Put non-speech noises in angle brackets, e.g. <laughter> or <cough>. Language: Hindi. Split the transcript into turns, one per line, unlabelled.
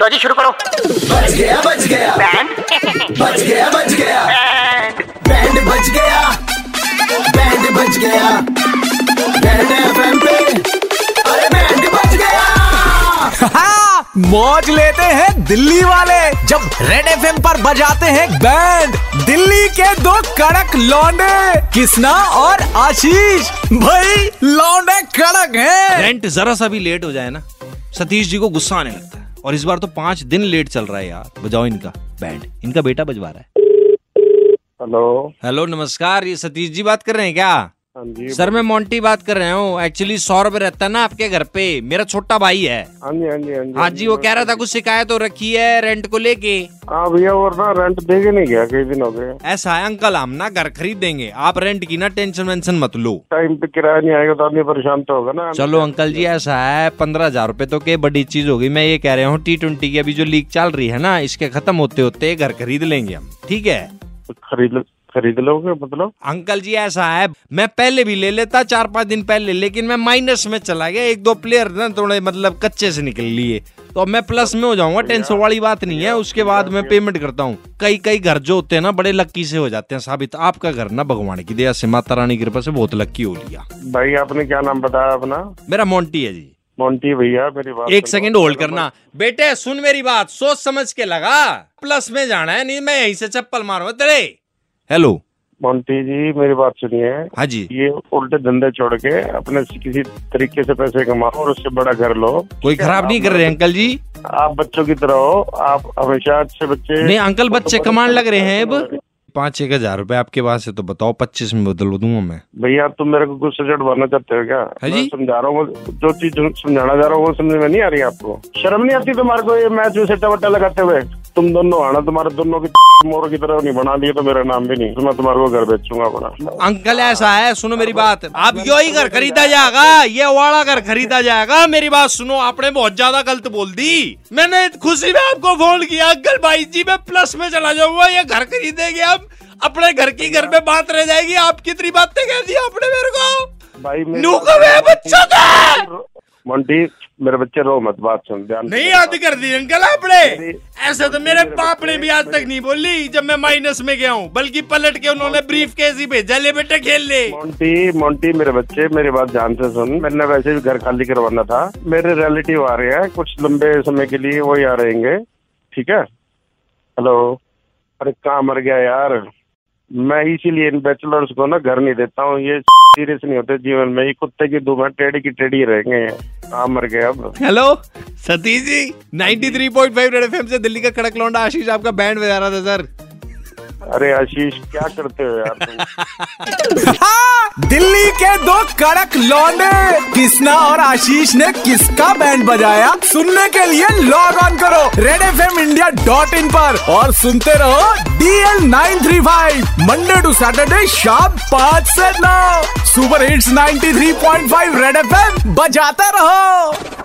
लो जी शुरू करो
बच गया बच गया
बैंड
बच गया बच गया
बैंड
बैंड बच गया बैंड बच गया बैंड एफएम पे अरे बैंड बच गया
हाँ, मौज लेते हैं दिल्ली वाले जब रेड एफ पर बजाते हैं बैंड दिल्ली के दो कड़क लौंडे किसना और आशीष भाई लौंडे कड़क
<laughs>
हैं
रेंट जरा सा भी लेट हो जाए ना सतीश जी को गुस्सा आने लगता है और इस बार तो पांच दिन लेट चल रहा है यार बजाओ इनका बैंड इनका बेटा बजवा रहा है
हेलो
हेलो नमस्कार ये सतीश जी बात कर रहे हैं क्या
हाँ जी
सर मैं मोंटी बात कर रहा हूँ एक्चुअली सौरभ रहता है ना आपके घर पे मेरा छोटा भाई है
हाँ जी हाँ जी हाँ जी
हाँ जी वो कह रहा था कुछ शिकायत हो रखी है रेंट को लेके
हाँ भैया और ना रेंट देके नहीं गया कई दिन हो गए
ऐसा है अंकल हम ना घर खरीद देंगे आप रेंट की ना टेंशन वेंशन मत लो
टाइम पे किराया नहीं आएगा तो आदमी परेशान तो होगा ना
चलो अंकल जी ऐसा है पंद्रह हजार रूपए तो के बड़ी चीज होगी मैं ये कह रहा हूँ टी ट्वेंटी की अभी जो लीग चल रही है ना इसके खत्म होते होते घर खरीद लेंगे हम ठीक है
खरीद खरीद लोगे मतलब
अंकल जी ऐसा है मैं पहले भी ले लेता चार पांच दिन पहले लेकिन मैं माइनस में चला गया एक दो प्लेयर ना थोड़े मतलब कच्चे से निकल लिए तो अब मैं प्लस में हो जाऊंगा टेंशन वाली बात नहीं है उसके बाद मैं पेमेंट करता हूँ कई कई घर जो होते हैं ना बड़े लक्की से हो जाते हैं साबित आपका घर ना भगवान की दया से माता रानी की कृपा से बहुत लक्की हो लिया
भाई आपने क्या नाम बताया अपना
मेरा मोंटी है जी
मोंटी भैया मेरी बात
एक
सुनो।
सेकंड होल्ड करना बेटे सुन मेरी बात सोच समझ के लगा प्लस में जाना है नहीं मैं यहीं से चप्पल मारूंगा तेरे हेलो
मोंटी जी मेरी बात सुनिए
हाँ जी
ये उल्टे धंधे छोड़ के अपने से किसी तरीके से पैसे कमाओ और उससे बड़ा घर लो
कोई खराब नहीं कर रहे अंकल जी
आप बच्चों की तरह हो आप हमेशा अच्छे बच्चे
नहीं अंकल बच्चे कमाने लग रहे हैं अब पाँच एक हजार रुपए आपके पास है तो बताओ पच्चीस में बदल दूंगा मैं
भैया तुम मेरे को गुस्से चढ़वाना चाहते हो क्या
हाँ जी।
मैं समझा रहा हूँ वो- जो चीज समझाना चाह रहा हूँ वो समझ में नहीं आ रही आपको शर्म नहीं आती तुम्हारे को ये मैच में सट्टा वट्टा लगाते हुए तुम दोनों आना तुम्हारे दोनों की <laughs> मोर की तरह नहीं बना लिए तो मेरा नाम भी नहीं तो मैं तुम्हारे को घर बेचूंगा अपना
अंकल ऐसा है सुनो मेरी बात अब यो ही घर खरीदा जाएगा ये वाला घर खरीदा जाएगा मेरी बात सुनो आपने बहुत ज्यादा गलत बोल दी मैंने खुशी में आपको फोन किया अंकल भाई जी मैं प्लस में चला जाऊंगा ये घर खरीदेंगे हम अपने घर की घर में बात रह जाएगी आप कितनी बातें कह दी आपने मेरे को
भाई मेरे-
नूका में बच्चा था
मंटी मेरे बच्चे रो मत बात सुन ध्यान से
नहीं
मेरी
याद
बात।
कर दी अंकल आपने
मेरी-
ऐसे तो मेरे बाप ने भी आज तक नहीं बोली जब मैं माइनस में गया हूँ बल्कि पलट के उन्होंने ब्रीफ केस ही भेजा ले बेटा खेल ले
मोंटी मोंटी मेरे बच्चे मेरी बात ध्यान से सुन मैंने वैसे भी घर खाली करवाना था मेरे रिलेटिव आ रहे हैं कुछ लंबे समय के लिए वो यहाँ रहेंगे ठीक है हेलो अरे कहाँ मर गया यार मैं इसीलिए इन बैचलर्स को ना घर नहीं देता हूँ ये सीरियस नहीं होते जीवन में ये कुत्ते की दुम है टेढ़ी की टेढ़ी रहेंगे ये। कहाँ मर गए अब
hello Satish ji 93.5 Red FM से दिल्ली का कड़क लौंडा आशीष आपका बैंड बजा रहा था सर
अरे आशीष क्या करते हो यार तुम
हाँ, दिल्ली के दो कड़क लौंडे किसना और आशीष ने किसका बैंड बजाया सुनने के लिए लॉग ऑन करो Red F M India dot in पर और सुनते रहो DL nine three five Monday to Saturday शाम पाँच से नौ super hits 93.5 Red F M बजाते रहो